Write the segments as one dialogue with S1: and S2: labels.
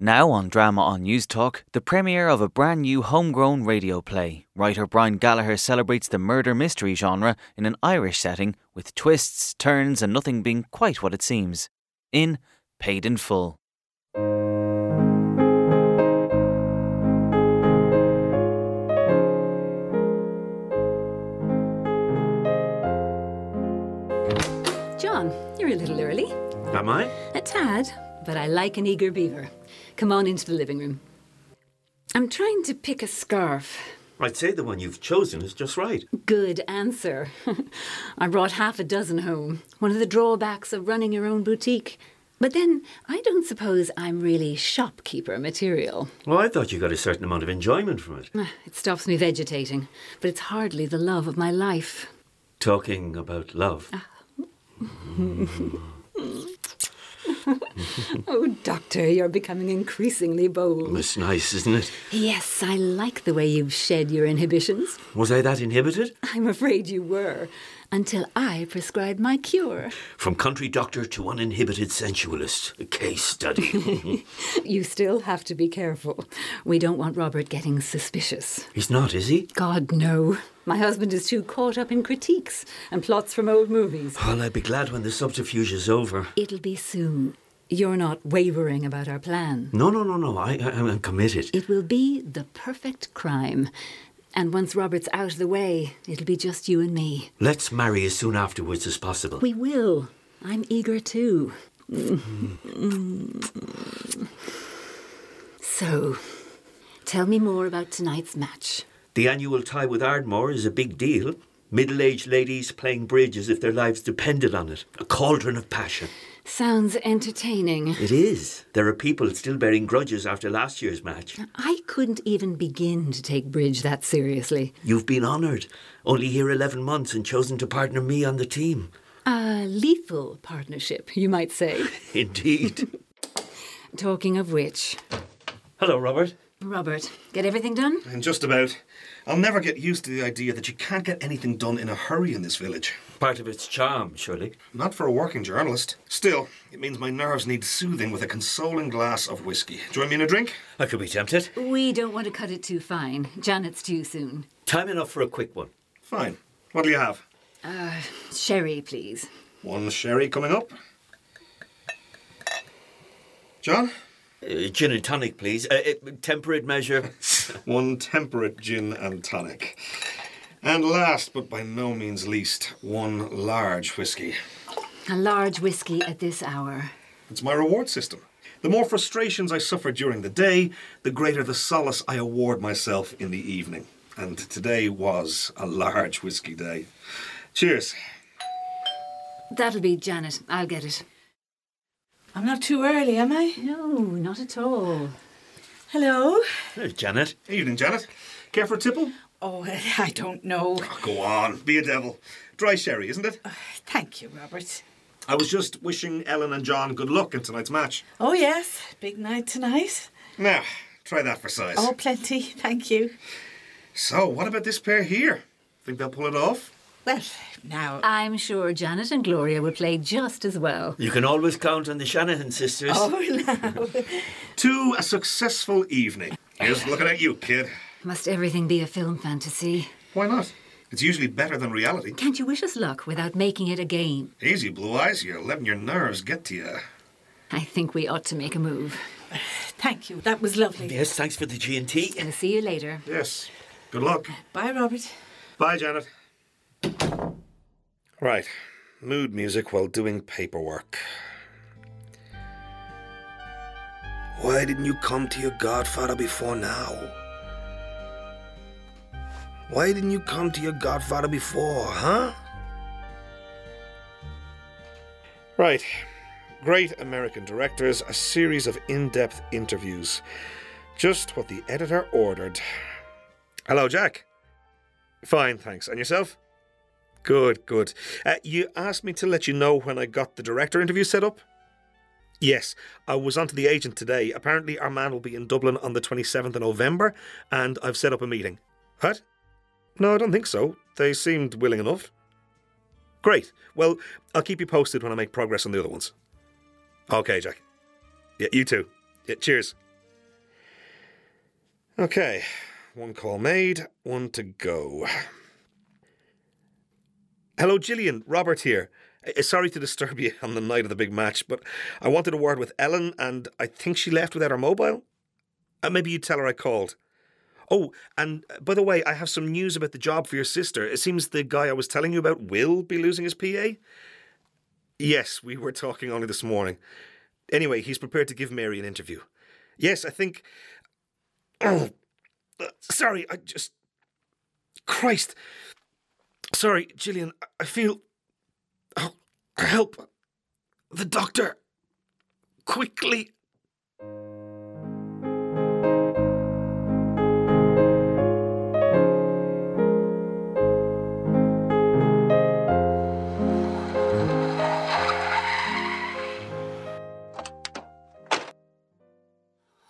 S1: Now on Drama on News Talk, the premiere of a brand new homegrown radio play. Writer Brian Gallagher celebrates the murder mystery genre in an Irish setting with twists, turns, and nothing being quite what it seems. In Paid in Full.
S2: John, you're a little early.
S3: Am I?
S2: A tad, but I like an eager beaver. Come on into the living room. I'm trying to pick a scarf.
S3: I'd say the one you've chosen is just right.
S2: Good answer. I brought half a dozen home. One of the drawbacks of running your own boutique. But then, I don't suppose I'm really shopkeeper material.
S3: Well, I thought you got a certain amount of enjoyment from it.
S2: It stops me vegetating, but it's hardly the love of my life.
S3: Talking about love.
S2: Oh, Doctor, you're becoming increasingly bold.
S3: It's nice, isn't it?
S2: Yes, I like the way you've shed your inhibitions.
S3: Was I that inhibited?
S2: I'm afraid you were, until I prescribed my cure.
S3: From country doctor to uninhibited sensualist. A case study.
S2: You still have to be careful. We don't want Robert getting suspicious.
S3: He's not, is he?
S2: God, no. My husband is too caught up in critiques and plots from old movies.
S3: Well, I'd be glad when the subterfuge is over.
S2: It'll be soon. You're not wavering about our plan.
S3: No, no, no, no. I, I, I'm committed.
S2: It will be the perfect crime. And once Robert's out of the way, it'll be just you and me.
S3: Let's marry as soon afterwards as possible.
S2: We will. I'm eager too. so, tell me more about tonight's match.
S3: The annual tie with Ardmore is a big deal. Middle aged ladies playing bridge as if their lives depended on it. A cauldron of passion.
S2: Sounds entertaining.
S3: It is. There are people still bearing grudges after last year's match.
S2: I couldn't even begin to take bridge that seriously.
S3: You've been honoured. Only here 11 months and chosen to partner me on the team.
S2: A lethal partnership, you might say.
S3: Indeed.
S2: Talking of which,
S3: Hello, Robert.
S2: Robert, get everything done?
S4: And just about. I'll never get used to the idea that you can't get anything done in a hurry in this village.
S3: Part of its charm, surely.
S4: Not for a working journalist. Still, it means my nerves need soothing with a consoling glass of whiskey. Join me in a drink?
S3: I could be tempted.
S2: We don't want to cut it too fine. Janet's due soon.
S3: Time enough for a quick one.
S4: Fine. What'll you have?
S2: Sherry, please.
S4: One sherry coming up. John?
S3: Uh, gin and tonic, please. Uh, uh, temperate measure.
S4: One temperate gin and tonic. And last, but by no means least, one large whiskey.
S2: A large whiskey at this hour.
S4: It's my reward system. The more frustrations I suffer during the day, the greater the solace I award myself in the evening. And today was a large whiskey day. Cheers.
S2: That'll be Janet. I'll get it.
S5: I'm not too early, am I?
S2: No, not at all.
S5: Hello?
S3: Uh, Janet.
S4: Evening, Janet. Care for a tipple? Ah,
S5: Oh, I don't know.
S4: Go on, be a devil. Dry sherry, isn't it?
S5: Thank you, Robert.
S4: I was just wishing Ellen and John good luck in tonight's match.
S5: Oh, yes, big night tonight.
S4: Now, try that for size.
S5: Oh, plenty, thank you.
S4: So, what about this pair here? Think they'll pull it off?
S5: Well, now.
S2: I'm sure Janet and Gloria will play just as well.
S3: You can always count on the Shanahan sisters.
S5: Oh, now.
S4: To a successful evening. Here's looking at you, kid.
S2: Must everything be a film fantasy?
S4: Why not? It's usually better than reality.
S2: Can't you wish us luck without making it a game?
S4: Easy, Blue Eyes. You're letting your nerves get to you.
S2: I think we ought to make a move.
S5: Thank you. That was lovely.
S3: Yes, thanks for the G and T.
S2: I'll see you later.
S4: Yes. Good luck.
S5: Bye, Robert.
S4: Bye, Janet. Right. Mood music while doing paperwork. Why didn't you come to your godfather before now? Why didn't you come to your godfather before, huh? Right. Great American Directors, a series of in depth interviews. Just what the editor ordered. Hello, Jack. Fine, thanks. And yourself? Good, good. Uh, you asked me to let you know when I got the director interview set up? Yes, I was onto the agent today. Apparently, our man will be in Dublin on the 27th of November, and I've set up a meeting. What? No, I don't think so. They seemed willing enough. Great. Well, I'll keep you posted when I make progress on the other ones. Okay, Jack. Yeah, you too. Yeah, cheers. Okay, one call made, one to go. Hello, Gillian. Robert here. Uh, Sorry to disturb you on the night of the big match, but I wanted a word with Ellen, and I think she left without her mobile. Uh, maybe you tell her I called. Oh, and uh, by the way, I have some news about the job for your sister. It seems the guy I was telling you about will be losing his PA. Yes, we were talking only this morning. Anyway, he's prepared to give Mary an interview. Yes, I think. Oh, uh, sorry, I just. Christ. Sorry, Gillian, I- I feel. Oh, help. The doctor. Quickly.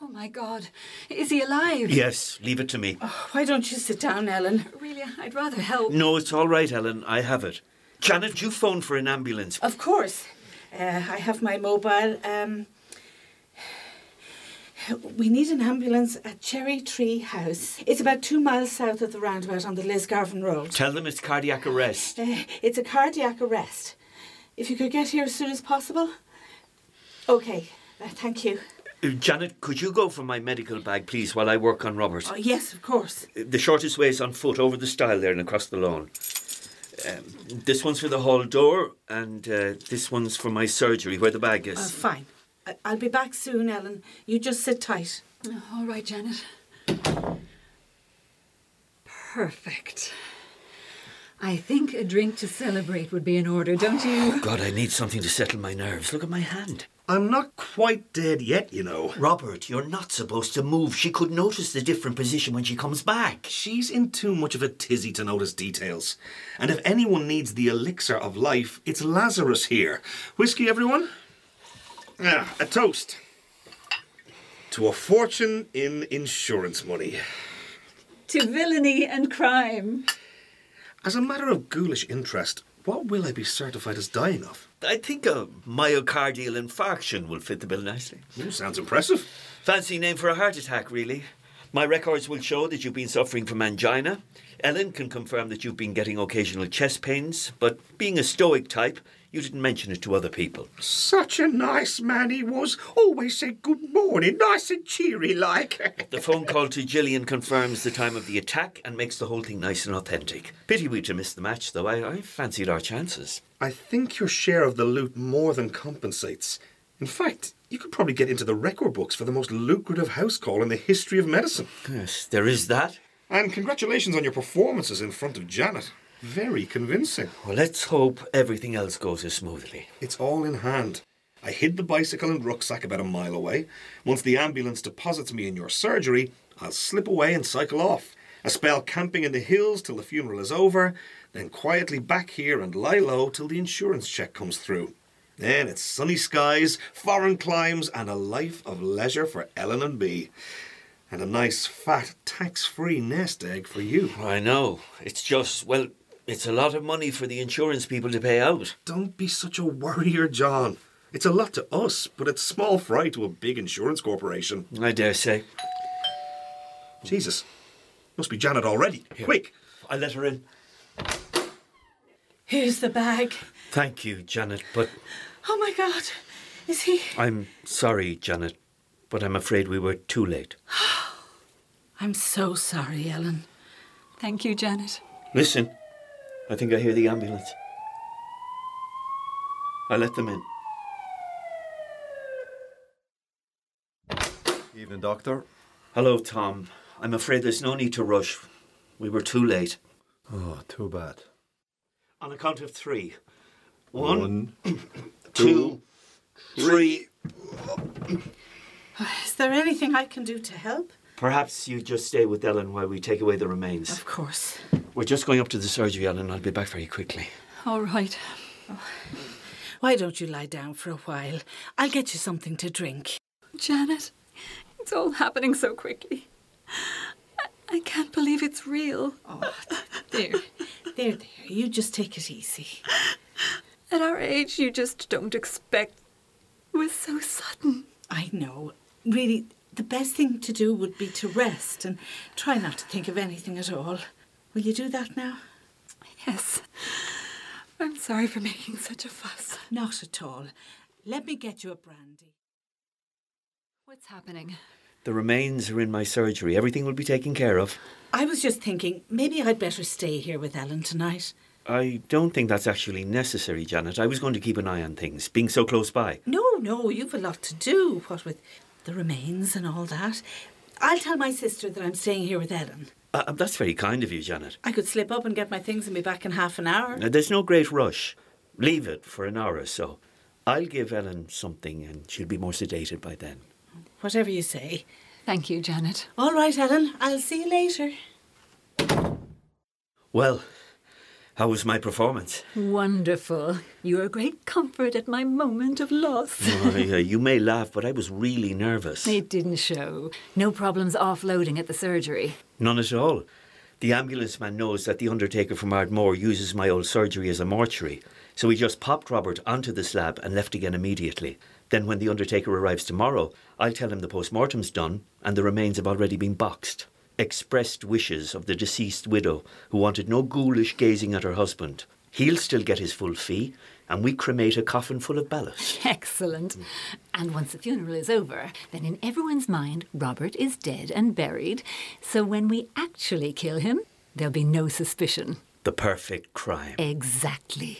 S2: Oh my God. Is he alive?
S3: Yes, leave it to me.
S5: Oh, Why don't you sit down, Ellen?
S2: Really, I'd rather help.
S3: No, it's all right, Helen. I have it. Janet, you phone for an ambulance.
S5: Of course. Uh, I have my mobile. Um, we need an ambulance at Cherry Tree House. It's about two miles south of the roundabout on the Lisgarvan Road.
S3: Tell them it's cardiac arrest.
S5: Uh, it's a cardiac arrest. If you could get here as soon as possible. Okay, uh, thank you.
S3: Uh, Janet, could you go for my medical bag, please, while I work on Robert?
S5: Oh, yes, of course.
S3: The shortest way is on foot, over the stile there and across the lawn. Um, this one's for the hall door, and uh, this one's for my surgery, where the bag
S5: Uh,
S3: is.
S5: fine. I- I'll be back soon, Ellen. You just sit tight.
S2: Oh, all right, Janet. Perfect. I think a drink to celebrate would be in order, don't you?
S3: God, I need something to settle my nerves. Look at my hand.
S4: I'm not quite dead yet, you know.
S3: Robert, you're not supposed to move. She could notice the different position when she comes back.
S4: She's in too much of a tizzy to notice details. And if anyone needs the elixir of life, it's Lazarus here. Whiskey, everyone? Ah, a toast. To a fortune in insurance money.
S2: to villainy and crime.
S4: As a matter of ghoulish interest, what will I be certified as dying of?
S3: I think a myocardial infarction will fit the bill nicely.
S4: Ooh, Hmm, sounds impressive.
S3: Fancy name for a heart attack, really. My records will show that you've been suffering from angina. Ellen can confirm that you've been getting occasional chest pains, but being a stoic type, you didn't mention it to other people.
S4: Such a nice man he was. Always said good morning, nice and cheery like.
S3: The phone call to Gillian confirms the time of the attack and makes the whole thing nice and authentic. Pity we to miss the match, though. I, I fancied our chances.
S4: I think your share of the loot more than compensates. In fact, you could probably get into the record books for the most lucrative house call in the history of medicine.
S3: Yes, there is that.
S4: And congratulations on your performances in front of Janet. Very convincing.
S3: Well, let's hope everything else goes as smoothly.
S4: It's all in hand. I hid the bicycle and rucksack about a mile away. Once the ambulance deposits me in your surgery, I'll slip away and cycle off. A spell camping in the hills till the funeral is over, then quietly back here and lie low till the insurance check comes through. Then it's sunny skies, foreign climes, and a life of leisure for Ellen and B. And a nice fat tax free nest egg for you.
S3: I know. It's just, well, it's a lot of money for the insurance people to pay out.
S4: Don't be such a worrier, John. It's a lot to us, but it's small fry to a big insurance corporation.
S3: I dare say.
S4: Jesus. Must be Janet already. Quick.
S3: I let her in.
S5: Here's the bag.
S3: Thank you, Janet, but
S5: Oh my God. Is he?
S3: I'm sorry, Janet, but I'm afraid we were too late.
S5: I'm so sorry, Ellen.
S2: Thank you, Janet.
S3: Listen, I think I hear the ambulance. I let them in.
S6: Evening, Doctor.
S3: Hello, Tom. I'm afraid there's no need to rush. We were too late.
S6: Oh, too bad.
S3: On a count of three. One,
S6: One.
S3: two, three.
S5: Is there anything I can do to help?
S3: Perhaps you just stay with Ellen while we take away the remains.
S5: Of course.
S3: We're just going up to the surgery, Ellen. I'll be back very quickly.
S2: All right.
S5: Why don't you lie down for a while? I'll get you something to drink.
S2: Janet, it's all happening so quickly. I, I can't believe it's real.
S5: There. there, there. You just take it easy.
S2: At our age, you just don't expect. It was so sudden.
S5: I know. Really, The best thing to do would be to rest and try not to think of anything at all. Will you do that now?
S2: Yes. I'm sorry for making such a fuss.
S5: Not at all. Let me get you a brandy.
S2: What's happening?
S3: The remains are in my surgery. Everything will be taken care of.
S5: I was just thinking maybe I'd better stay here with Ellen tonight.
S3: I don't think that's actually necessary, Janet. I was going to keep an eye on things, being so close by.
S5: No, no, you've a lot to do, what with the remains and all that. I'll tell my sister that I'm staying here with Ellen.
S3: Uh, that's very kind of you, Janet.
S5: I could slip up and get my things and be back in half an hour.
S3: Uh, there's no great rush. Leave it for an hour or so. I'll give Ellen something and she'll be more sedated by then.
S5: Whatever you say.
S2: Thank you, Janet.
S5: All right, Ellen, I'll see you later.
S3: Well, how was my performance?
S2: Wonderful. You're a great comfort at my moment of loss.
S3: Why, uh, you may laugh, but I was really nervous.
S2: It didn't show. No problems offloading at the surgery.
S3: None at all. The ambulance man knows that the undertaker from Ardmore uses my old surgery as a mortuary, so he just popped Robert onto the slab and left again immediately. Then, when the undertaker arrives tomorrow, I'll tell him the post mortem's done and the remains have already been boxed. Expressed wishes of the deceased widow, who wanted no ghoulish gazing at her husband. He'll still get his full fee, and we cremate a coffin full of ballast.
S2: Excellent. And once the funeral is over, then in everyone's mind, Robert is dead and buried. So when we actually kill him, there'll be no suspicion.
S3: The perfect crime.
S2: Exactly.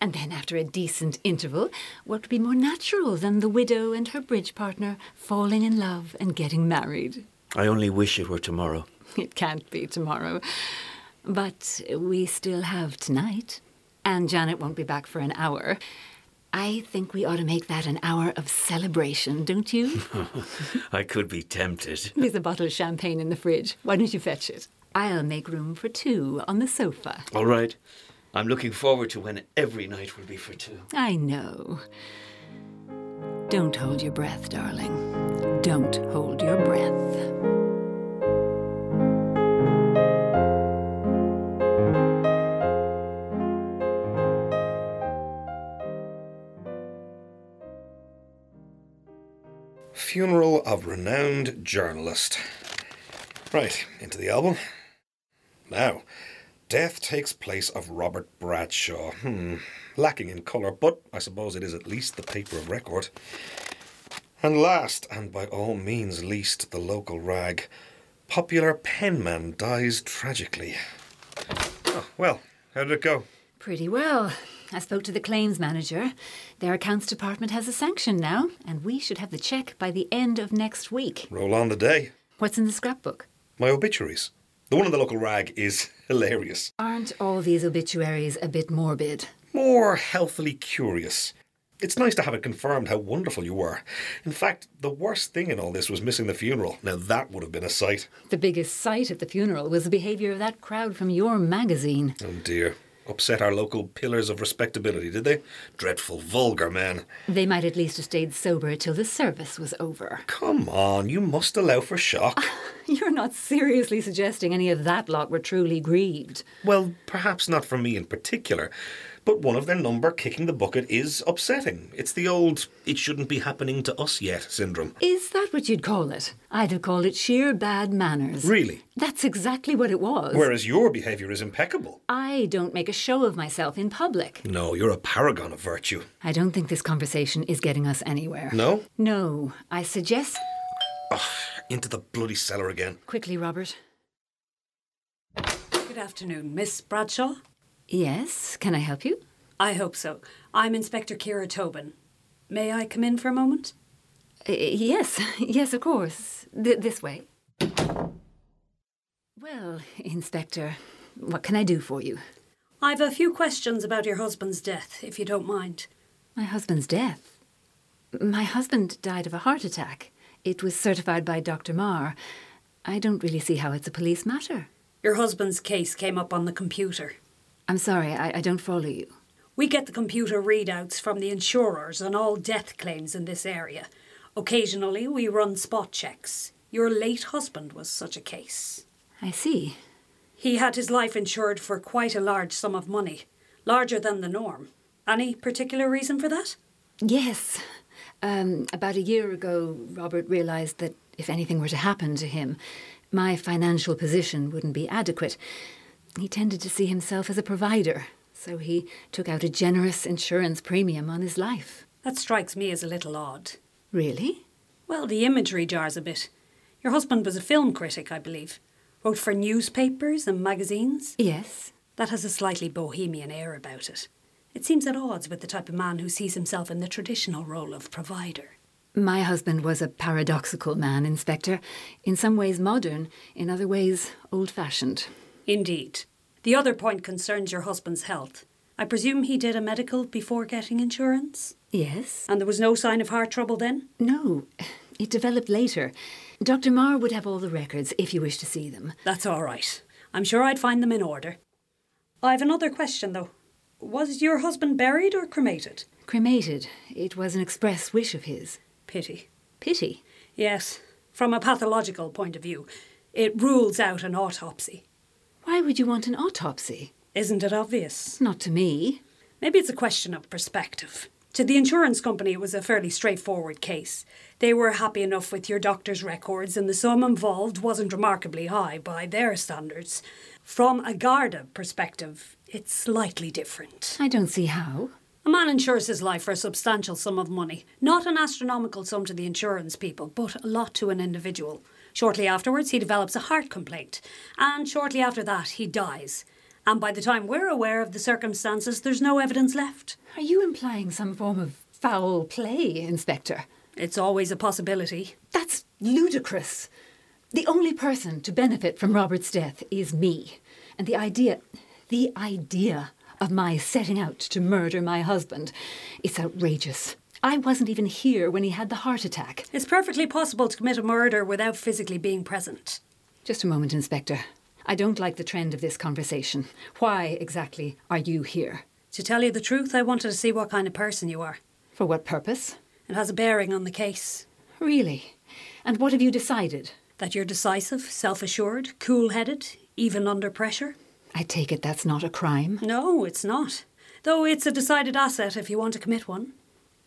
S2: And then, after a decent interval, what could be more natural than the widow and her bridge partner falling in love and getting married?
S3: I only wish it were tomorrow.
S2: It can't be tomorrow. But we still have tonight. And Janet won't be back for an hour. I think we ought to make that an hour of celebration, don't you?
S3: I could be tempted.
S2: There's a bottle of champagne in the fridge. Why don't you fetch it? I'll make room for two on the sofa.
S3: All right. I'm looking forward to when every night will be for two.
S2: I know. Don't hold your breath, darling. Don't hold your breath.
S4: Funeral of renowned journalist. Right, into the album. Now, death takes place of Robert Bradshaw. Hmm, lacking in colour, but I suppose it is at least the paper of record. And last, and by all means least, the local rag. Popular penman dies tragically. Oh, well, how did it go?
S2: Pretty well. I spoke to the claims manager. Their accounts department has a sanction now, and we should have the check by the end of next week.
S4: Roll on the day.
S2: What's in the scrapbook?
S4: My obituaries. The one in the local rag is hilarious.
S2: Aren't all these obituaries a bit morbid?
S4: More healthily curious. It's nice to have it confirmed how wonderful you were. In fact, the worst thing in all this was missing the funeral. Now that would have been a sight.
S2: The biggest sight at the funeral was the behaviour of that crowd from your magazine.
S4: Oh dear. Upset our local pillars of respectability, did they? Dreadful, vulgar men.
S2: They might at least have stayed sober till the service was over.
S4: Come on, you must allow for shock.
S2: You're not seriously suggesting any of that lot were truly grieved.
S4: well, perhaps not for me in particular, but one of their number kicking the bucket is upsetting. It's the old, it shouldn't be happening to us yet syndrome.
S2: Is that what you'd call it? I'd have called it sheer bad manners.
S4: Really?
S2: That's exactly what it was.
S4: Whereas your behaviour is impeccable.
S2: I don't make a show of myself in public.
S4: No, you're a paragon of virtue.
S2: I don't think this conversation is getting us anywhere.
S4: No?
S2: No, I suggest.
S4: Into the bloody cellar again.
S2: Quickly, Robert.
S7: Good afternoon, Miss Bradshaw.
S2: Yes, can I help you?
S7: I hope so. I'm Inspector Kira Tobin. May I come in for a moment?
S2: Uh, yes, yes, of course. Th- this way. Well, Inspector, what can I do for you?
S7: I've a few questions about your husband's death, if you don't mind.
S2: My husband's death. My husband died of a heart attack. It was certified by Dr. Marr. I don't really see how it's a police matter.
S7: Your husband's case came up on the computer.
S2: I'm sorry, I, I don't follow you.
S7: We get the computer readouts from the insurers on all death claims in this area. Occasionally, we run spot checks. Your late husband was such a case.
S2: I see.
S7: He had his life insured for quite a large sum of money, larger than the norm. Any particular reason for that?
S2: Yes. Um, about a year ago, Robert realised that if anything were to happen to him, my financial position wouldn't be adequate. He tended to see himself as a provider, so he took out a generous insurance premium on his life.
S7: That strikes me as a little odd.
S2: Really?
S7: Well, the imagery jars a bit. Your husband was a film critic, I believe. Wrote for newspapers and magazines.
S2: Yes.
S7: That has a slightly bohemian air about it. It seems at odds with the type of man who sees himself in the traditional role of provider.
S2: My husband was a paradoxical man, Inspector. In some ways modern, in other ways old fashioned.
S7: Indeed. The other point concerns your husband's health. I presume he did a medical before getting insurance?
S2: Yes?
S7: And there was no sign of heart trouble then?
S2: No. It developed later. Dr. Marr would have all the records if you wish to see them.
S7: That's all right. I'm sure I'd find them in order. I've another question, though. Was your husband buried or cremated?
S2: Cremated. It was an express wish of his.
S7: Pity.
S2: Pity.
S7: Yes, from a pathological point of view, it rules out an autopsy.
S2: Why would you want an autopsy?
S7: Isn't it obvious?
S2: Not to me.
S7: Maybe it's a question of perspective. To the insurance company, it was a fairly straightforward case. They were happy enough with your doctor's records, and the sum involved wasn't remarkably high by their standards. From a Garda perspective, it's slightly different.
S2: I don't see how.
S7: A man insures his life for a substantial sum of money. Not an astronomical sum to the insurance people, but a lot to an individual. Shortly afterwards, he develops a heart complaint. And shortly after that, he dies. And by the time we're aware of the circumstances, there's no evidence left.
S2: Are you implying some form of foul play, Inspector?
S7: It's always a possibility.
S2: That's ludicrous. The only person to benefit from Robert's death is me. And the idea, the idea of my setting out to murder my husband, it's outrageous. I wasn't even here when he had the heart attack.
S7: It's perfectly possible to commit a murder without physically being present.
S2: Just a moment, Inspector. I don't like the trend of this conversation. Why exactly are you here?
S7: To tell you the truth, I wanted to see what kind of person you are.
S2: For what purpose?
S7: It has a bearing on the case.
S2: Really? And what have you decided?
S7: That you're decisive, self assured, cool headed, even under pressure.
S2: I take it that's not a crime.
S7: No, it's not. Though it's a decided asset if you want to commit one.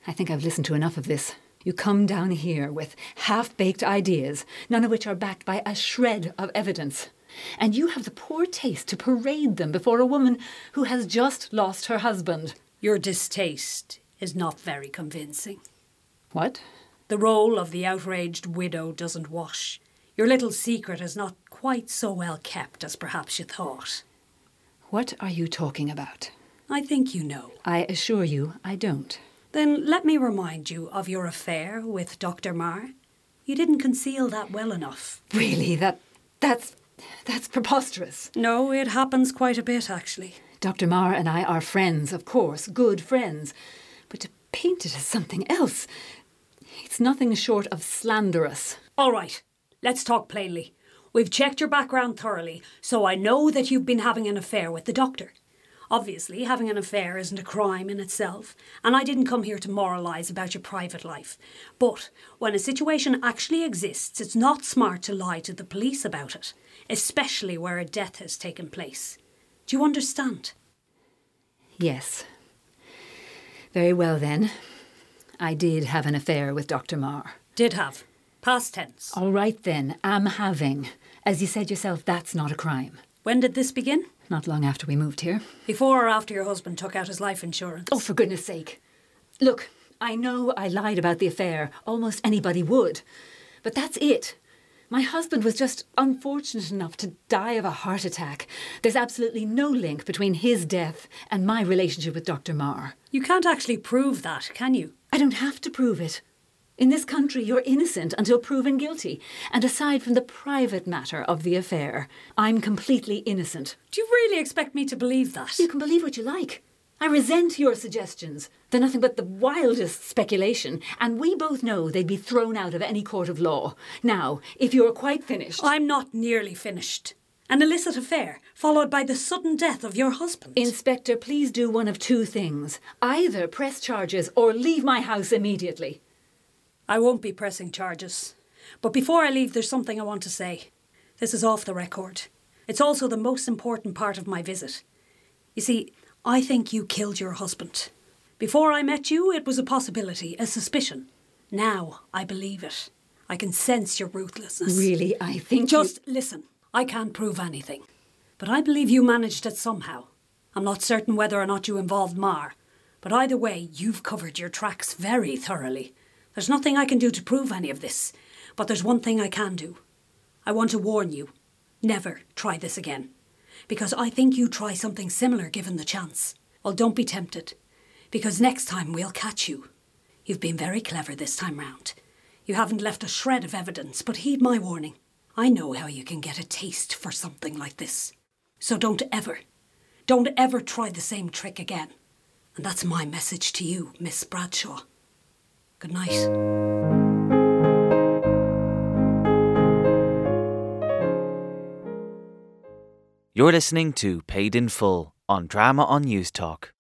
S2: I think I've listened to enough of this. You come down here with half baked ideas, none of which are backed by a shred of evidence. And you have the poor taste to parade them before a woman who has just lost her husband.
S7: Your distaste is not very convincing.
S2: What?
S7: The role of the outraged widow doesn't wash. Your little secret is not quite so well kept as perhaps you thought.
S2: What are you talking about?
S7: I think you know.
S2: I assure you, I don't.
S7: Then let me remind you of your affair with Dr. Marr. You didn't conceal that well enough.
S2: Really, that. that's. that's preposterous.
S7: No, it happens quite a bit, actually.
S2: Dr. Marr and I are friends, of course, good friends. But to paint it as something else, it's nothing short of slanderous.
S7: All right, let's talk plainly. We've checked your background thoroughly, so I know that you've been having an affair with the doctor. Obviously, having an affair isn't a crime in itself, and I didn't come here to moralise about your private life. But when a situation actually exists, it's not smart to lie to the police about it, especially where a death has taken place. Do you understand?
S2: Yes. Very well then. I did have an affair with Dr. Marr.
S7: Did have. Past tense.
S2: All right then, am having. As you said yourself, that's not a crime.
S7: When did this begin?
S2: Not long after we moved here.
S7: Before or after your husband took out his life insurance?
S2: Oh, for goodness sake. Look, I know I lied about the affair. Almost anybody would. But that's it. My husband was just unfortunate enough to die of a heart attack. There's absolutely no link between his death and my relationship with Dr. Marr.
S7: You can't actually prove that, can you?
S2: I don't have to prove it. In this country, you're innocent until proven guilty. And aside from the private matter of the affair, I'm completely innocent.
S7: Do you really expect me to believe that?
S2: You can believe what you like. I resent your suggestions. They're nothing but the wildest speculation, and we both know they'd be thrown out of any court of law. Now, if you're quite finished.
S7: I'm not nearly finished. An illicit affair, followed by the sudden death of your husband.
S2: Inspector, please do one of two things either press charges or leave my house immediately.
S7: I won't be pressing charges. But before I leave, there's something I want to say. This is off the record. It's also the most important part of my visit. You see, I think you killed your husband. Before I met you, it was a possibility, a suspicion. Now I believe it. I I can sense your ruthlessness.
S2: Really, I think. you-
S7: Just listen. I can't prove anything. But I believe you managed it somehow. I'm not certain whether or not you involved Mar. But either way, you've covered your tracks very thoroughly. There's nothing I can do to prove any of this. But there's one thing I can do. I want to warn you never try this again. Because I think you try something similar given the chance. Well, don't be tempted. Because next time we'll catch you. You've been very clever this time round. You haven't left a shred of evidence, but heed my warning. I know how you can get a taste for something like this. So don't ever, don't ever try the same trick again. And that's my message to you, Miss Bradshaw. Good night.
S1: You're listening to Paid in Full on Drama on News Talk.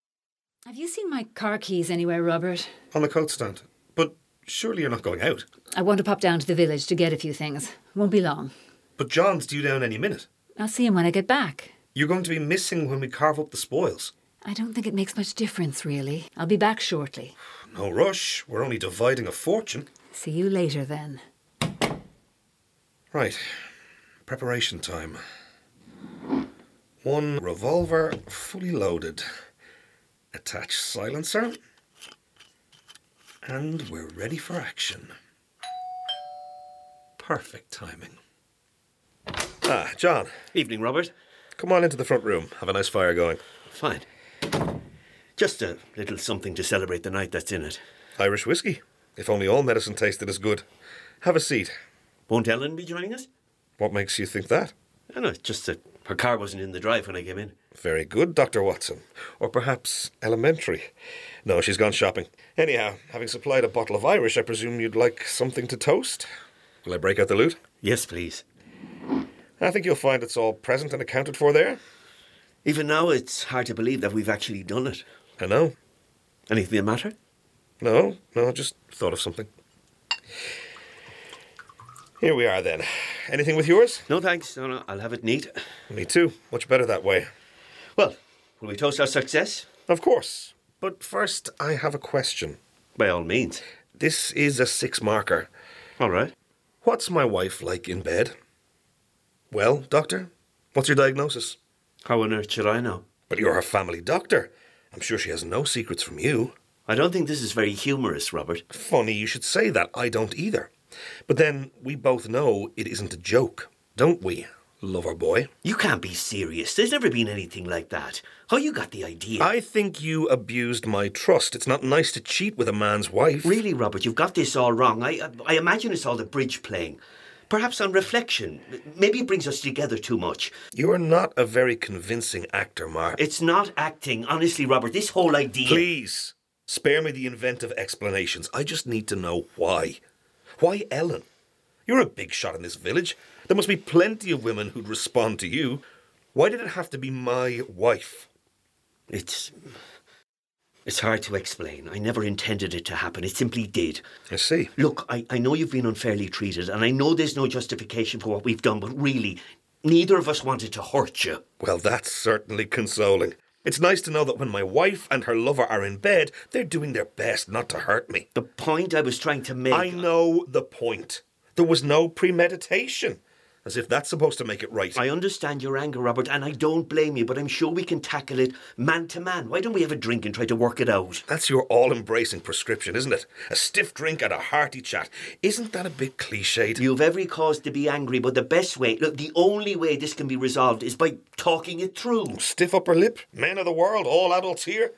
S2: Have you seen my car keys anywhere, Robert?
S4: On the coat stand. But surely you're not going out.
S2: I want to pop down to the village to get a few things. Won't be long.
S4: But John's due down any minute.
S2: I'll see him when I get back.
S4: You're going to be missing when we carve up the spoils.
S2: I don't think it makes much difference, really. I'll be back shortly.
S4: No rush. We're only dividing a fortune.
S2: See you later then.
S4: Right. Preparation time. One revolver fully loaded. Attach silencer. And we're ready for action. Perfect timing. Ah, John,
S3: Evening, Robert.
S4: come on into the front room. Have a nice fire going.
S3: Fine. Just a little something to celebrate the night that's in it.
S4: Irish whiskey. If only all medicine tasted as good. Have a seat.
S3: Won't Ellen be joining us?
S4: What makes you think that?
S3: I don't know, it's just that her car wasn't in the drive when I came in.
S4: Very good, Dr. Watson. Or perhaps elementary. No, she's gone shopping. Anyhow, having supplied a bottle of Irish, I presume you'd like something to toast? Will I break out the loot?
S3: Yes, please.
S4: I think you'll find it's all present and accounted for there.
S3: Even now, it's hard to believe that we've actually done it.
S4: I know.
S3: Anything the matter?
S4: Uh, No, no, just thought of something. Here we are then. Anything with yours?
S3: No, thanks. No, no, I'll have it neat.
S4: Me too. Much better that way.
S3: Well, will we toast our success?
S4: Of course. But first, I have a question.
S3: By all means.
S4: This is a six marker.
S3: All right.
S4: What's my wife like in bed? Well, doctor, what's your diagnosis?
S3: How on earth should I know?
S4: But you're her family doctor. I'm sure she has no secrets from you.
S3: I don't think this is very humorous, Robert.
S4: Funny you should say that. I don't either. But then we both know it isn't a joke, don't we, lover boy?
S3: You can't be serious. There's never been anything like that. How you got the idea?
S4: I think you abused my trust. It's not nice to cheat with a man's wife.
S3: Really, Robert, you've got this all wrong. I, I imagine it's all the bridge playing. Perhaps on reflection, maybe it brings us together too much.
S4: You're not a very convincing actor, Mark.
S3: It's not acting, honestly, Robert. This whole idea.
S4: Please, spare me the inventive explanations. I just need to know why. Why Ellen? You're a big shot in this village. There must be plenty of women who'd respond to you. Why did it have to be my wife?
S3: It's. It's hard to explain. I never intended it to happen. It simply did.
S4: I see.
S3: Look, I, I know you've been unfairly treated, and I know there's no justification for what we've done, but really, neither of us wanted to hurt you.
S4: Well, that's certainly consoling. It's nice to know that when my wife and her lover are in bed, they're doing their best not to hurt me.
S3: The point I was trying to make.
S4: I know the point. There was no premeditation. As if that's supposed to make it right.
S3: I understand your anger, Robert, and I don't blame you, but I'm sure we can tackle it man to man. Why don't we have a drink and try to work it out?
S4: That's your all embracing prescription, isn't it? A stiff drink and a hearty chat. Isn't that a bit cliched?
S3: You've every cause to be angry, but the best way, look, the only way this can be resolved is by talking it through.
S4: Stiff upper lip? Men of the world, all adults here?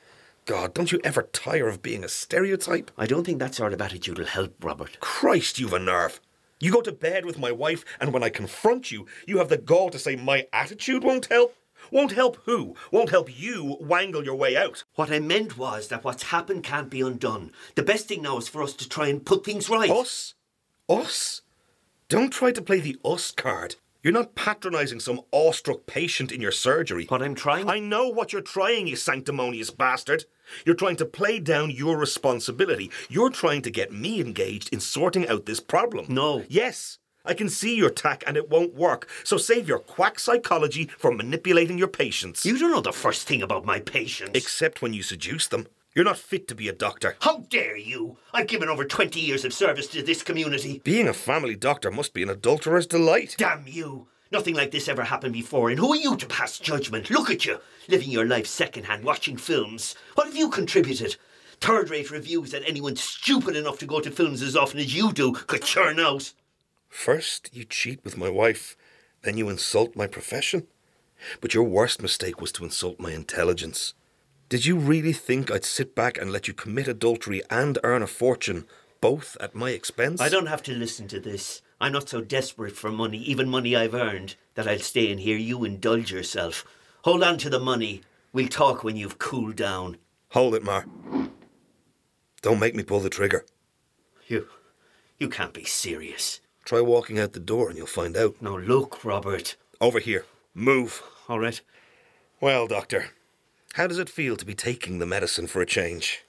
S4: God, don't you ever tire of being a stereotype?
S3: I don't think that sort of attitude will help, Robert.
S4: Christ, you've a nerve. You go to bed with my wife, and when I confront you, you have the gall to say my attitude won't help? Won't help who? Won't help you wangle your way out.
S3: What I meant was that what's happened can't be undone. The best thing now is for us to try and put things right.
S4: Us? Us? Don't try to play the us card. You're not patronising some awestruck patient in your surgery.
S3: What I'm trying.
S4: I know what you're trying, you sanctimonious bastard. You're trying to play down your responsibility. You're trying to get me engaged in sorting out this problem.
S3: No.
S4: Yes, I can see your tack and it won't work. So save your quack psychology for manipulating your patients.
S3: You don't know the first thing about my patients.
S4: Except when you seduce them. You're not fit to be a doctor.
S3: How dare you? I've given over 20 years of service to this community.
S4: Being a family doctor must be an adulterer's delight.
S3: Damn you! Nothing like this ever happened before, and who are you to pass judgment? Look at you, living your life secondhand, watching films. What have you contributed? Third rate reviews that anyone stupid enough to go to films as often as you do could churn out.
S4: First, you cheat with my wife, then you insult my profession. But your worst mistake was to insult my intelligence. Did you really think I'd sit back and let you commit adultery and earn a fortune, both at my expense?
S3: I don't have to listen to this. I'm not so desperate for money, even money I've earned, that I'll stay and hear you indulge yourself. Hold on to the money. We'll talk when you've cooled down.
S4: Hold it, Mar. Don't make me pull the trigger.
S3: You. you can't be serious.
S4: Try walking out the door and you'll find out.
S3: Now look, Robert.
S4: Over here. Move.
S3: All right.
S4: Well, Doctor, how does it feel to be taking the medicine for a change?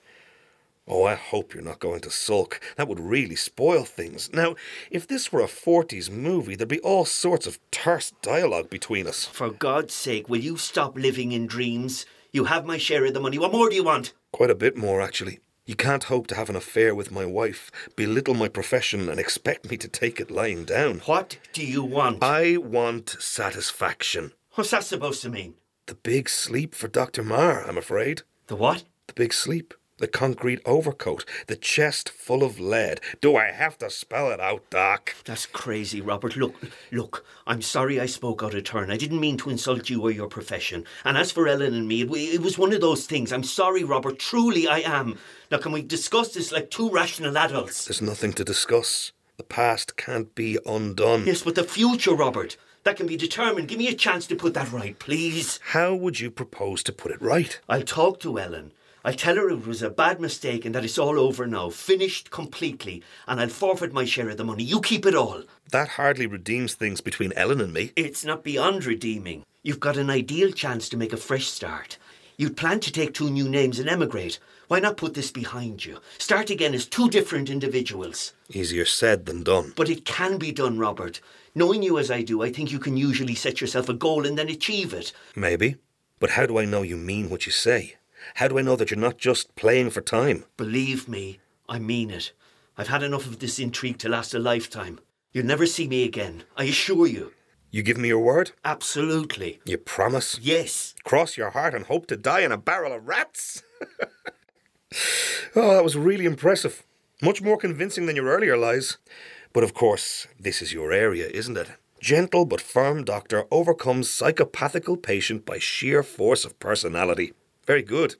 S4: Oh, I hope you're not going to sulk. That would really spoil things. Now, if this were a 40s movie, there'd be all sorts of terse dialogue between us.
S3: For God's sake, will you stop living in dreams? You have my share of the money. What more do you want?
S4: Quite a bit more, actually. You can't hope to have an affair with my wife, belittle my profession, and expect me to take it lying down.
S3: What do you want?
S4: I want satisfaction.
S3: What's that supposed to mean?
S4: The big sleep for Dr. Marr, I'm afraid.
S3: The what?
S4: The big sleep. The concrete overcoat. The chest full of lead. Do I have to spell it out, Doc?
S3: That's crazy, Robert. Look, look, I'm sorry I spoke out of turn. I didn't mean to insult you or your profession. And as for Ellen and me, it, it was one of those things. I'm sorry, Robert. Truly, I am. Now, can we discuss this like two rational adults?
S4: There's nothing to discuss. The past can't be undone.
S3: Yes, but the future, Robert. That can be determined. Give me a chance to put that right, please.
S4: How would you propose to put it right?
S3: I'll talk to Ellen. I'll tell her it was a bad mistake and that it's all over now, finished completely, and I'll forfeit my share of the money. You keep it all.
S4: That hardly redeems things between Ellen and me.
S3: It's not beyond redeeming. You've got an ideal chance to make a fresh start. You'd planned to take two new names and emigrate. Why not put this behind you? Start again as two different individuals.
S4: Easier said than done.
S3: But it can be done, Robert. Knowing you as I do, I think you can usually set yourself a goal and then achieve it.
S4: Maybe. But how do I know you mean what you say? How do I know that you're not just playing for time?
S3: Believe me, I mean it. I've had enough of this intrigue to last a lifetime. You'll never see me again, I assure you.
S4: You give me your word?
S3: Absolutely.
S4: You promise?
S3: Yes.
S4: Cross your heart and hope to die in a barrel of rats? oh, that was really impressive. Much more convincing than your earlier lies. But of course, this is your area, isn't it? Gentle but firm doctor overcomes psychopathical patient by sheer force of personality. Very good.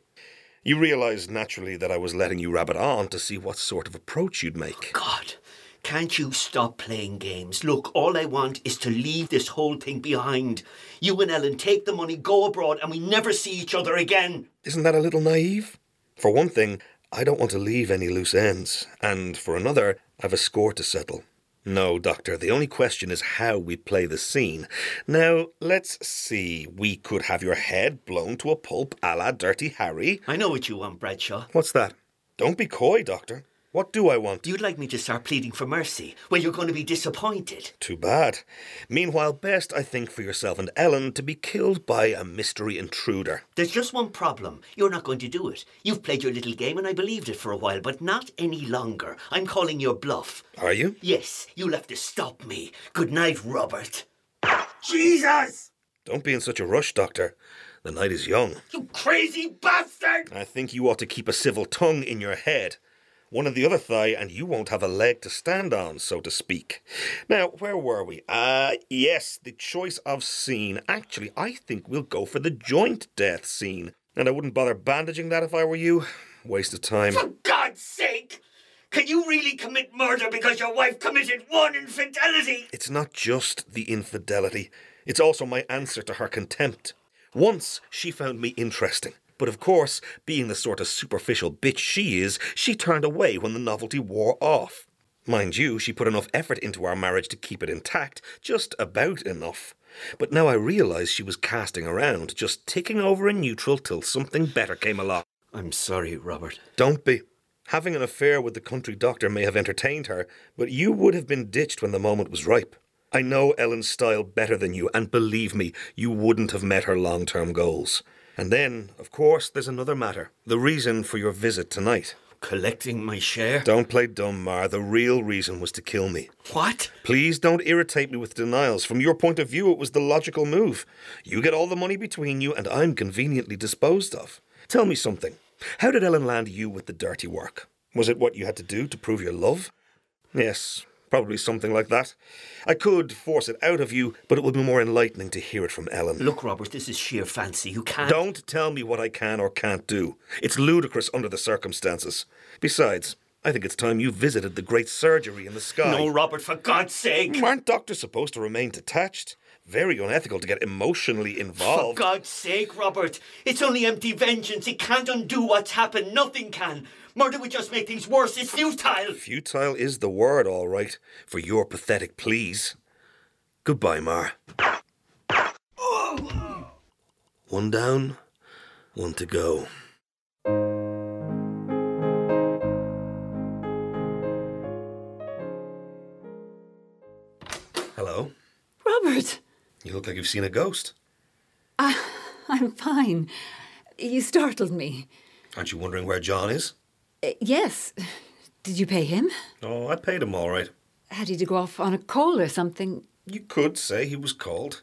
S4: You realised naturally that I was letting you rabbit on to see what sort of approach you'd make.
S3: God, can't you stop playing games? Look, all I want is to leave this whole thing behind. You and Ellen take the money, go abroad, and we never see each other again.
S4: Isn't that a little naive? For one thing, I don't want to leave any loose ends, and for another, I've a score to settle. No, Doctor, the only question is how we play the scene. Now, let's see. We could have your head blown to a pulp a la Dirty Harry.
S3: I know what you want, Bradshaw.
S4: What's that? Don't be coy, Doctor. What do I want?
S3: You'd like me to start pleading for mercy. Well, you're going to be disappointed.
S4: Too bad. Meanwhile, best, I think, for yourself and Ellen to be killed by a mystery intruder.
S3: There's just one problem. You're not going to do it. You've played your little game and I believed it for a while, but not any longer. I'm calling your bluff.
S4: Are you?
S3: Yes, you'll have to stop me. Good night, Robert.
S8: Jesus!
S4: Don't be in such a rush, Doctor. The night is young.
S8: You crazy bastard!
S4: I think you ought to keep a civil tongue in your head one in the other thigh, and you won't have a leg to stand on, so to speak. Now, where were we? Ah, uh, yes, the choice of scene. Actually, I think we'll go for the joint death scene. And I wouldn't bother bandaging that if I were you. Waste of time.
S8: For God's sake! Can you really commit murder because your wife committed one infidelity?
S4: It's not just the infidelity, it's also my answer to her contempt. Once she found me interesting. But of course, being the sort of superficial bitch she is, she turned away when the novelty wore off. Mind you, she put enough effort into our marriage to keep it intact, just about enough. But now I realise she was casting around, just ticking over in neutral till something better came along.
S3: I'm sorry, Robert.
S4: Don't be. Having an affair with the country doctor may have entertained her, but you would have been ditched when the moment was ripe. I know Ellen's style better than you, and believe me, you wouldn't have met her long term goals. And then, of course, there's another matter the reason for your visit tonight.
S3: Collecting my share?
S4: Don't play dumb, Mar. The real reason was to kill me.
S3: What?
S4: Please don't irritate me with denials. From your point of view, it was the logical move. You get all the money between you, and I'm conveniently disposed of. Tell me something. How did Ellen land you with the dirty work? Was it what you had to do to prove your love? Yes, probably something like that. I could force it out of you, but it would be more enlightening to hear it from Ellen.
S3: Look, Robert, this is sheer fancy. You can't.
S4: Don't tell me what I can or can't do. It's ludicrous under the circumstances. Besides, I think it's time you visited the great surgery in the sky.
S3: No, Robert, for God's sake.
S4: Aren't doctors supposed to remain detached? Very unethical to get emotionally
S3: For
S4: involved.
S3: God's sake, Robert. It's only empty vengeance. It can't undo what's happened. Nothing can. Murder would just make things worse. It's futile.
S4: Futile is the word, all right, for your pathetic please. Goodbye, Mar. One down, one to go. Hello?
S2: Robert,
S4: You look like you've seen a ghost.
S2: I'm fine. You startled me.
S4: Aren't you wondering where John is?
S2: Uh, yes. Did you pay him?
S4: Oh, I paid him all right.
S2: Had he to go off on a call or something?
S4: You could say he was called.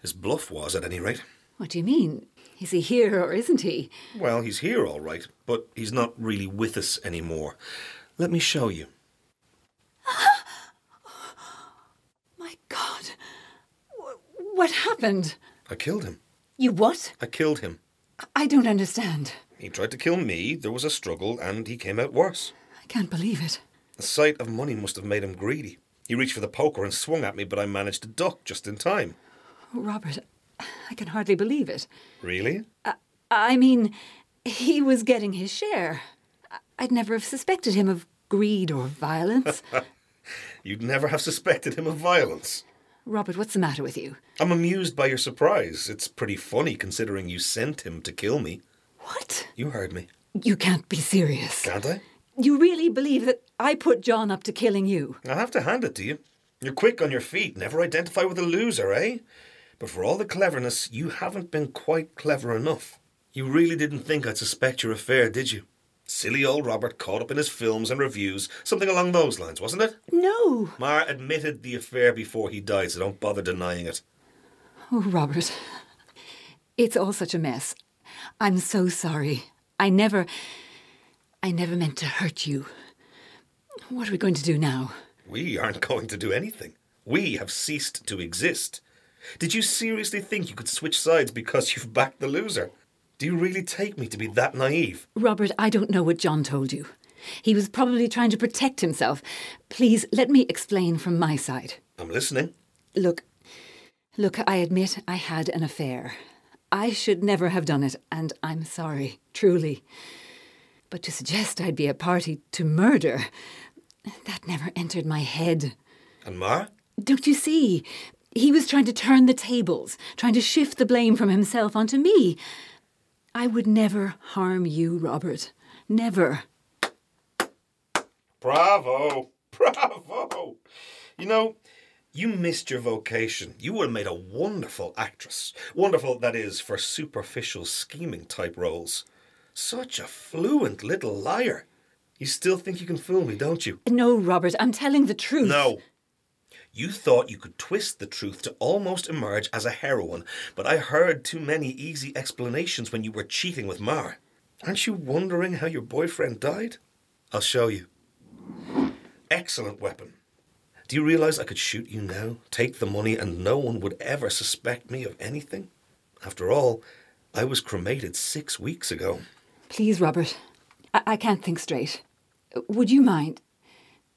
S4: His bluff was, at any rate.
S2: What do you mean? Is he here or isn't he?
S4: Well, he's here all right, but he's not really with us anymore. Let me show you.
S2: My God. Wh- What happened?
S4: I killed him.
S2: You what?
S4: I killed him.
S2: I don't understand.
S4: He tried to kill me, there was a struggle, and he came out worse.
S2: I can't believe it.
S4: The sight of money must have made him greedy. He reached for the poker and swung at me, but I managed to duck just in time.
S2: Oh, Robert, I can hardly believe it.
S4: Really?
S2: I mean, he was getting his share. I- I'd never have suspected him of greed or violence.
S4: You'd never have suspected him of violence.
S2: Robert, what's the matter with you?
S4: I'm amused by your surprise. It's pretty funny considering you sent him to kill me.
S2: What?
S4: You heard me.
S2: You can't be serious.
S4: Can't I?
S2: You really believe that I put John up to killing you?
S4: I have to hand it to you. You're quick on your feet, never identify with a loser, eh? But for all the cleverness, you haven't been quite clever enough. You really didn't think I'd suspect your affair, did you? Silly old Robert caught up in his films and reviews, something along those lines, wasn't it?
S2: No.
S4: Mar admitted the affair before he died, so don't bother denying it.
S2: Oh, Robert, it's all such a mess. I'm so sorry. I never. I never meant to hurt you. What are we going to do now?
S4: We aren't going to do anything. We have ceased to exist. Did you seriously think you could switch sides because you've backed the loser? Do you really take me to be that naive?
S2: Robert, I don't know what John told you. He was probably trying to protect himself. Please let me explain from my side.
S4: I'm listening.
S2: Look, look, I admit I had an affair. I should never have done it, and I'm sorry, truly. But to suggest I'd be a party to murder, that never entered my head.
S4: And Mar?
S2: Don't you see? He was trying to turn the tables, trying to shift the blame from himself onto me. I would never harm you, Robert. Never.
S4: Bravo! Bravo! You know, you missed your vocation. You would have made a wonderful actress. Wonderful, that is, for superficial scheming type roles. Such a fluent little liar. You still think you can fool me, don't you?
S2: No, Robert, I'm telling the truth.
S4: No. You thought you could twist the truth to almost emerge as a heroine, but I heard too many easy explanations when you were cheating with Mar. Aren't you wondering how your boyfriend died? I'll show you. Excellent weapon. Do you realize I could shoot you now, take the money, and no one would ever suspect me of anything? After all, I was cremated six weeks ago.
S2: Please, Robert, I-, I can't think straight. Would you mind?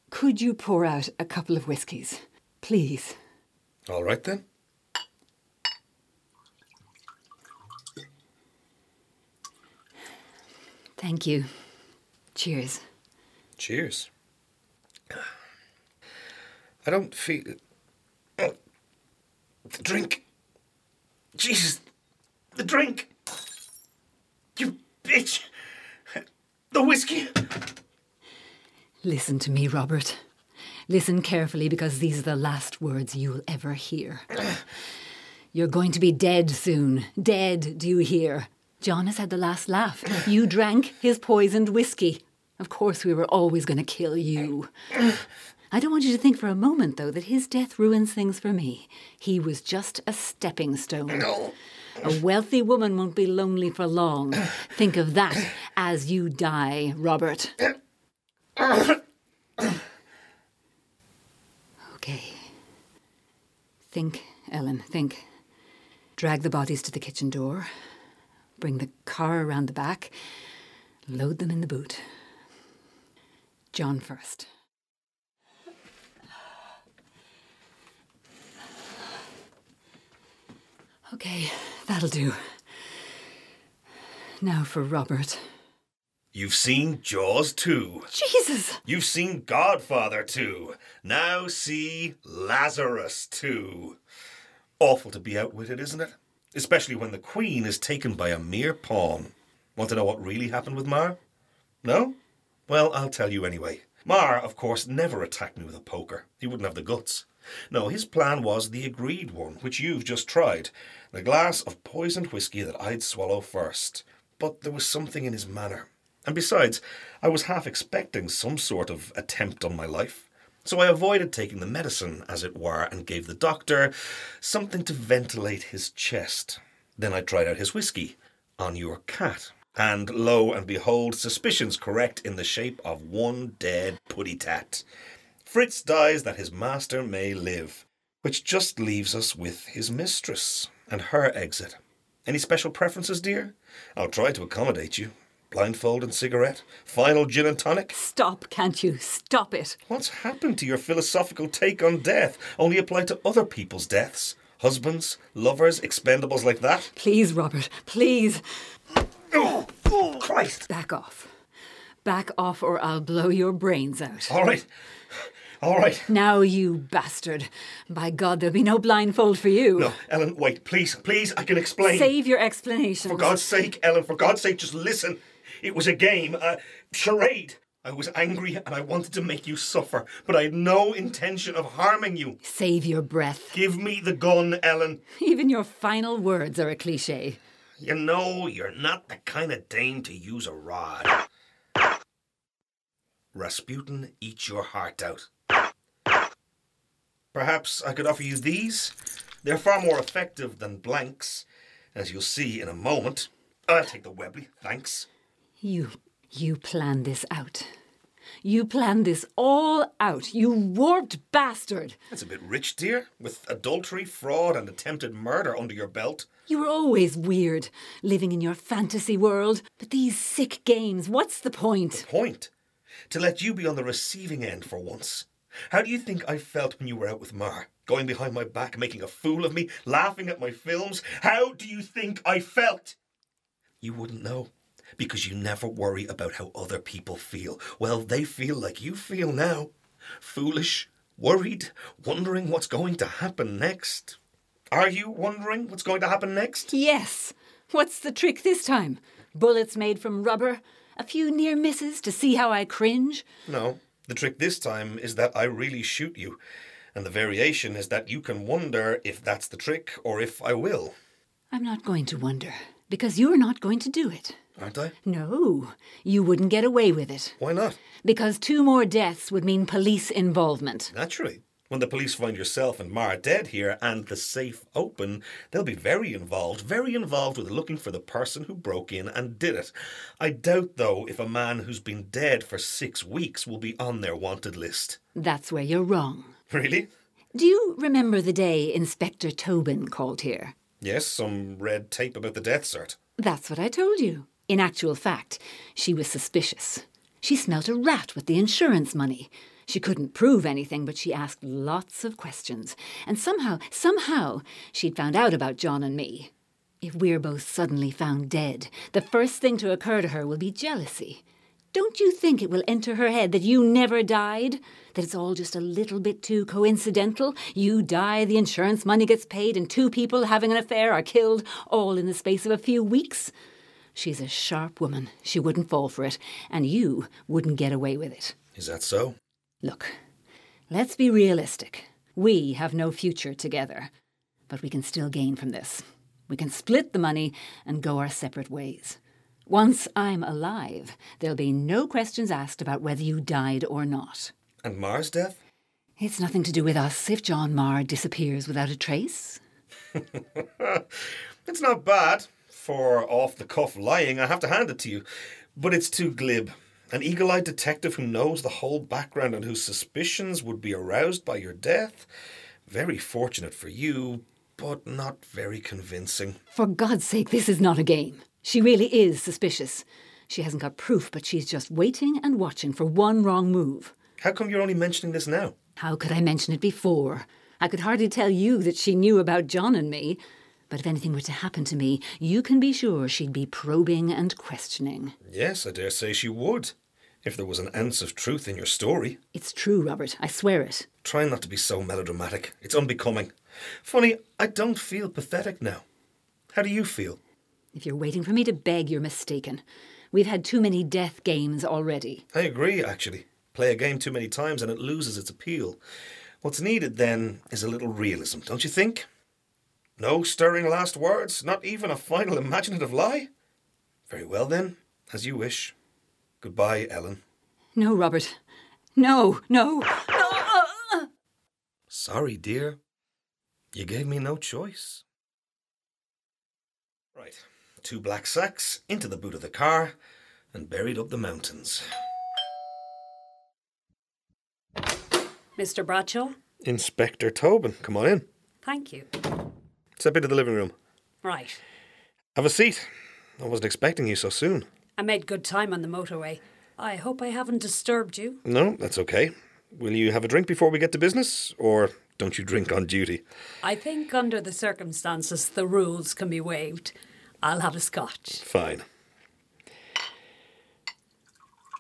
S2: Could you pour out a couple of whiskies? Please.
S4: All right then.
S2: Thank you. Cheers.
S4: Cheers. I don't feel. Oh, the drink.
S3: Jesus. The drink. You bitch. The whiskey.
S2: Listen to me, Robert. Listen carefully because these are the last words you'll ever hear. You're going to be dead soon. Dead, do you hear? John has had the last laugh. You drank his poisoned whiskey. Of course, we were always going to kill you. I don't want you to think for a moment, though, that his death ruins things for me. He was just a stepping stone. A wealthy woman won't be lonely for long. Think of that as you die, Robert. Okay. Think, Ellen, think. Drag the bodies to the kitchen door. Bring the car around the back. Load them in the boot. John first. Okay, that'll do. Now for Robert.
S4: You've seen Jaws 2.
S2: Jesus!
S4: You've seen Godfather 2. Now see Lazarus 2. Awful to be outwitted, isn't it? Especially when the Queen is taken by a mere pawn. Want to know what really happened with Mar? No? Well, I'll tell you anyway. Mar, of course, never attacked me with a poker. He wouldn't have the guts. No, his plan was the agreed one, which you've just tried the glass of poisoned whiskey that I'd swallow first. But there was something in his manner. And besides, I was half expecting some sort of attempt on my life. So I avoided taking the medicine, as it were, and gave the doctor something to ventilate his chest. Then I tried out his whiskey on your cat. And lo and behold, suspicion's correct in the shape of one dead putty tat. Fritz dies that his master may live, which just leaves us with his mistress and her exit. Any special preferences, dear? I'll try to accommodate you. Blindfold and cigarette? Final gin and tonic?
S2: Stop, can't you? Stop it.
S4: What's happened to your philosophical take on death? Only applied to other people's deaths? Husbands, lovers, expendables like that?
S2: Please, Robert, please.
S4: Oh, oh Christ!
S2: Back off. Back off, or I'll blow your brains out.
S4: All right. All right.
S2: Now, you bastard. By God, there'll be no blindfold for you.
S4: No, Ellen, wait, please, please, I can explain.
S2: Save your explanations.
S4: For God's sake, Ellen, for God's sake, just listen. It was a game, a charade. I was angry and I wanted to make you suffer, but I had no intention of harming you.
S2: Save your breath.
S4: Give me the gun, Ellen.
S2: Even your final words are a cliche.
S4: You know, you're not the kind of dame to use a rod. Rasputin, eat your heart out. Perhaps I could offer you these. They're far more effective than blanks, as you'll see in a moment. I'll take the Webley, thanks.
S2: You. You planned this out. You planned this all out, you warped bastard.
S4: That's a bit rich, dear, with adultery, fraud, and attempted murder under your belt.
S2: You were always weird, living in your fantasy world. But these sick games, what's the point?
S4: Point. To let you be on the receiving end for once. How do you think I felt when you were out with Mar? Going behind my back, making a fool of me, laughing at my films? How do you think I felt? You wouldn't know because you never worry about how other people feel. Well, they feel like you feel now foolish, worried, wondering what's going to happen next. Are you wondering what's going to happen next?
S2: Yes. What's the trick this time? Bullets made from rubber? A few near misses to see how I cringe?
S4: No. The trick this time is that I really shoot you. And the variation is that you can wonder if that's the trick or if I will.
S2: I'm not going to wonder, because you're not going to do it.
S4: Aren't I?
S2: No, you wouldn't get away with it.
S4: Why not?
S2: Because two more deaths would mean police involvement.
S4: Naturally. When the police find yourself and Mara dead here and the safe open, they'll be very involved, very involved with looking for the person who broke in and did it. I doubt, though, if a man who's been dead for six weeks will be on their wanted list.
S2: That's where you're wrong.
S4: Really?
S2: Do you remember the day Inspector Tobin called here?
S4: Yes, some red tape about the death cert.
S2: That's what I told you. In actual fact, she was suspicious. She smelt a rat with the insurance money. She couldn't prove anything, but she asked lots of questions. And somehow, somehow, she'd found out about John and me. If we're both suddenly found dead, the first thing to occur to her will be jealousy. Don't you think it will enter her head that you never died? That it's all just a little bit too coincidental? You die, the insurance money gets paid, and two people having an affair are killed, all in the space of a few weeks? She's a sharp woman. She wouldn't fall for it, and you wouldn't get away with it.
S4: Is that so?
S2: Look, let's be realistic. We have no future together, but we can still gain from this. We can split the money and go our separate ways. Once I'm alive, there'll be no questions asked about whether you died or not.
S9: And Mars' death?
S2: It's nothing to do with us if John Marr disappears without a trace.
S9: It's not bad for off the cuff lying, I have to hand it to you. But it's too glib. An eagle eyed detective who knows the whole background and whose suspicions would be aroused by your death. Very fortunate for you, but not very convincing.
S2: For God's sake, this is not a game. She really is suspicious. She hasn't got proof, but she's just waiting and watching for one wrong move.
S9: How come you're only mentioning this now?
S2: How could I mention it before? I could hardly tell you that she knew about John and me. But if anything were to happen to me, you can be sure she'd be probing and questioning.
S9: Yes, I dare say she would, if there was an ounce of truth in your story.
S2: It's true, Robert. I swear it.
S9: Try not to be so melodramatic. It's unbecoming. Funny, I don't feel pathetic now. How do you feel?
S2: If you're waiting for me to beg, you're mistaken. We've had too many death games already.
S9: I agree, actually. Play a game too many times and it loses its appeal. What's needed then is a little realism, don't you think? No stirring last words, not even a final imaginative lie? Very well then, as you wish. Goodbye, Ellen.
S2: No, Robert. No, no.
S9: Sorry, dear. You gave me no choice. Right. Two black sacks into the boot of the car and buried up the mountains.
S7: Mr. Bradshaw,
S4: Inspector Tobin, come on in.
S7: thank you.
S4: Step into the living room.
S7: Right.
S4: Have a seat. I wasn't expecting you so soon.
S7: I made good time on the motorway. I hope I haven't disturbed you.
S4: No, that's okay. Will you have a drink before we get to business, or don't you drink on duty?
S7: I think under the circumstances, the rules can be waived. I'll have a scotch.
S4: Fine.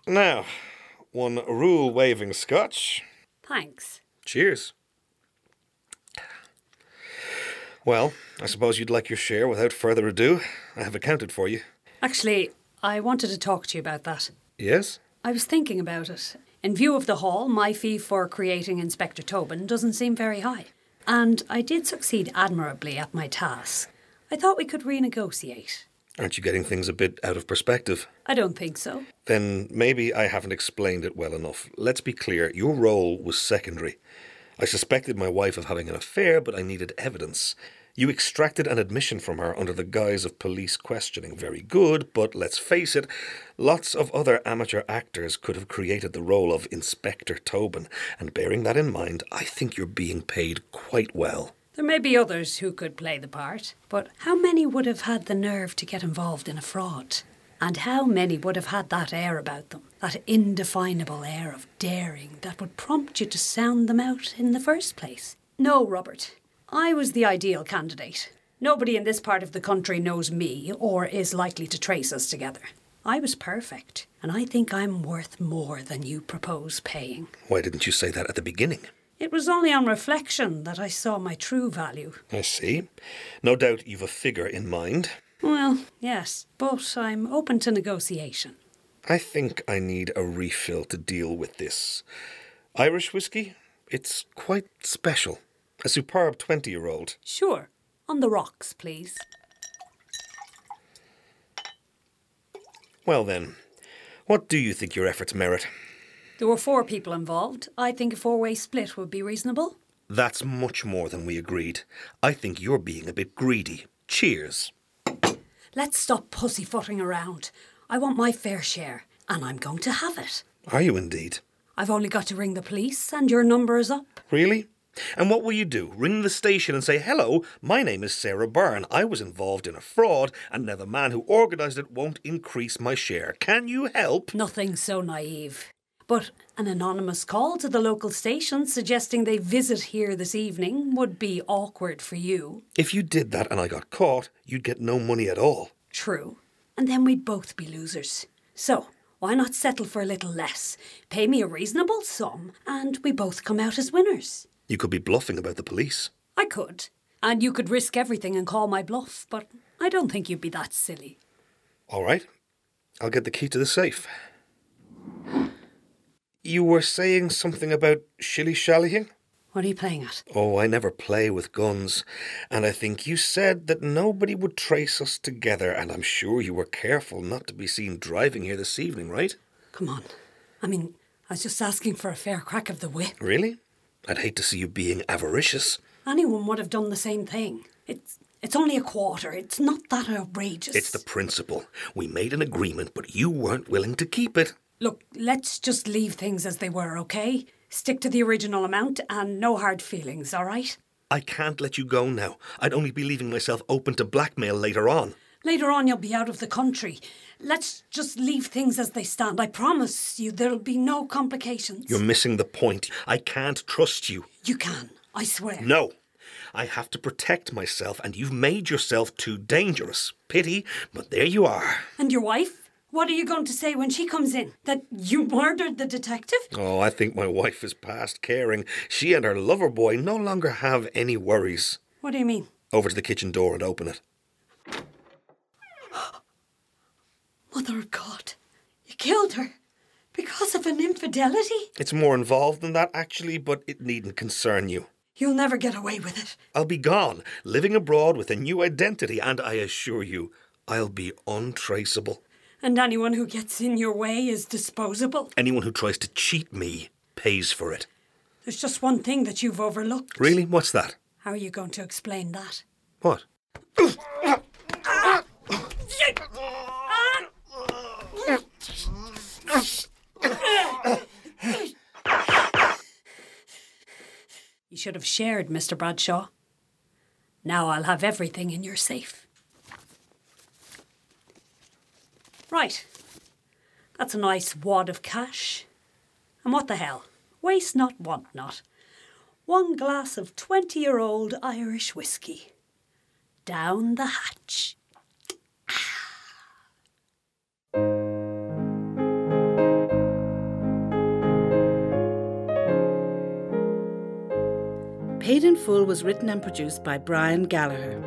S4: Now, one rule waving scotch.
S7: Thanks.
S4: Cheers. Well, I suppose you'd like your share without further ado. I have accounted for you.
S7: Actually, I wanted to talk to you about that.
S4: Yes?
S7: I was thinking about it. In view of the haul, my fee for creating Inspector Tobin doesn't seem very high. And I did succeed admirably at my task. I thought we could renegotiate.
S4: Aren't you getting things a bit out of perspective?
S7: I don't think so.
S4: Then maybe I haven't explained it well enough. Let's be clear your role was secondary. I suspected my wife of having an affair, but I needed evidence. You extracted an admission from her under the guise of police questioning. Very good, but let's face it, lots of other amateur actors could have created the role of Inspector Tobin, and bearing that in mind, I think you're being paid quite well.
S7: There may be others who could play the part, but how many would have had the nerve to get involved in a fraud? And how many would have had that air about them, that indefinable air of daring that would prompt you to sound them out in the first place? No, Robert. I was the ideal candidate. Nobody in this part of the country knows me or is likely to trace us together. I was perfect, and I think I'm worth more than you propose paying.
S4: Why didn't you say that at the beginning?
S7: It was only on reflection that I saw my true value.
S4: I see. No doubt you've a figure in mind.
S7: Well, yes, but I'm open to negotiation.
S4: I think I need a refill to deal with this. Irish whiskey? It's quite special. A superb 20 year old.
S7: Sure. On the rocks, please.
S4: Well, then, what do you think your efforts merit?
S7: There were four people involved. I think a four way split would be reasonable.
S4: That's much more than we agreed. I think you're being a bit greedy. Cheers.
S7: Let's stop pussyfooting around. I want my fair share, and I'm going to have it.
S4: Are you indeed?
S7: I've only got to ring the police, and your number is up.
S4: Really? And what will you do? Ring the station and say, Hello, my name is Sarah Byrne. I was involved in a fraud, and now the man who organised it won't increase my share. Can you help?
S7: Nothing so naive. But an anonymous call to the local station suggesting they visit here this evening would be awkward for you.
S4: If you did that and I got caught, you'd get no money at all.
S7: True. And then we'd both be losers. So, why not settle for a little less? Pay me a reasonable sum, and we both come out as winners.
S4: You could be bluffing about the police.
S7: I could. And you could risk everything and call my bluff, but I don't think you'd be that silly.
S4: All right. I'll get the key to the safe. You were saying something about shilly shallying?
S7: What are you playing at?
S4: Oh, I never play with guns. And I think you said that nobody would trace us together, and I'm sure you were careful not to be seen driving here this evening, right?
S7: Come on. I mean, I was just asking for a fair crack of the whip.
S4: Really? I'd hate to see you being avaricious.
S7: Anyone would have done the same thing. It's it's only a quarter. It's not that outrageous.
S4: It's the principle. We made an agreement, but you weren't willing to keep it.
S7: Look, let's just leave things as they were, okay? Stick to the original amount and no hard feelings, all right?
S4: I can't let you go now. I'd only be leaving myself open to blackmail later on.
S7: Later on, you'll be out of the country. Let's just leave things as they stand. I promise you, there'll be no complications.
S4: You're missing the point. I can't trust you.
S7: You can, I swear.
S4: No. I have to protect myself, and you've made yourself too dangerous. Pity, but there you are.
S7: And your wife? What are you going to say when she comes in? That you murdered the detective?
S4: Oh, I think my wife is past caring. She and her lover boy no longer have any worries.
S7: What do you mean?
S4: Over to the kitchen door and open it.
S7: Mother of God, you killed her because of an infidelity?
S4: It's more involved than that, actually, but it needn't concern you.
S7: You'll never get away with it.
S4: I'll be gone, living abroad with a new identity, and I assure you, I'll be untraceable.
S7: And anyone who gets in your way is disposable.
S4: Anyone who tries to cheat me pays for it.
S7: There's just one thing that you've overlooked.
S4: Really? What's that?
S7: How are you going to explain that?
S4: What?
S7: You should have shared, Mr. Bradshaw. Now I'll have everything in your safe. Right. That's a nice wad of cash. And what the hell? Waste not, want not. One glass of 20 year old Irish whiskey. Down the hatch.
S5: Paid in Full was written and produced by Brian Gallagher.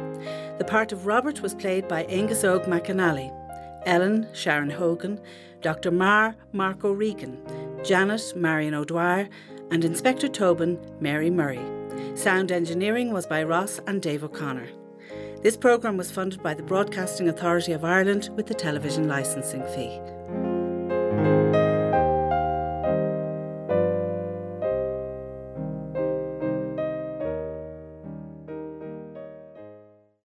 S5: The part of Robert was played by Angus Og McAnally, Ellen Sharon Hogan, Dr. Mar Marco Regan, Janet Marion O'Dwyer, and Inspector Tobin Mary Murray. Sound engineering was by Ross and Dave O'Connor. This programme was funded by the Broadcasting Authority of Ireland with the television licensing fee.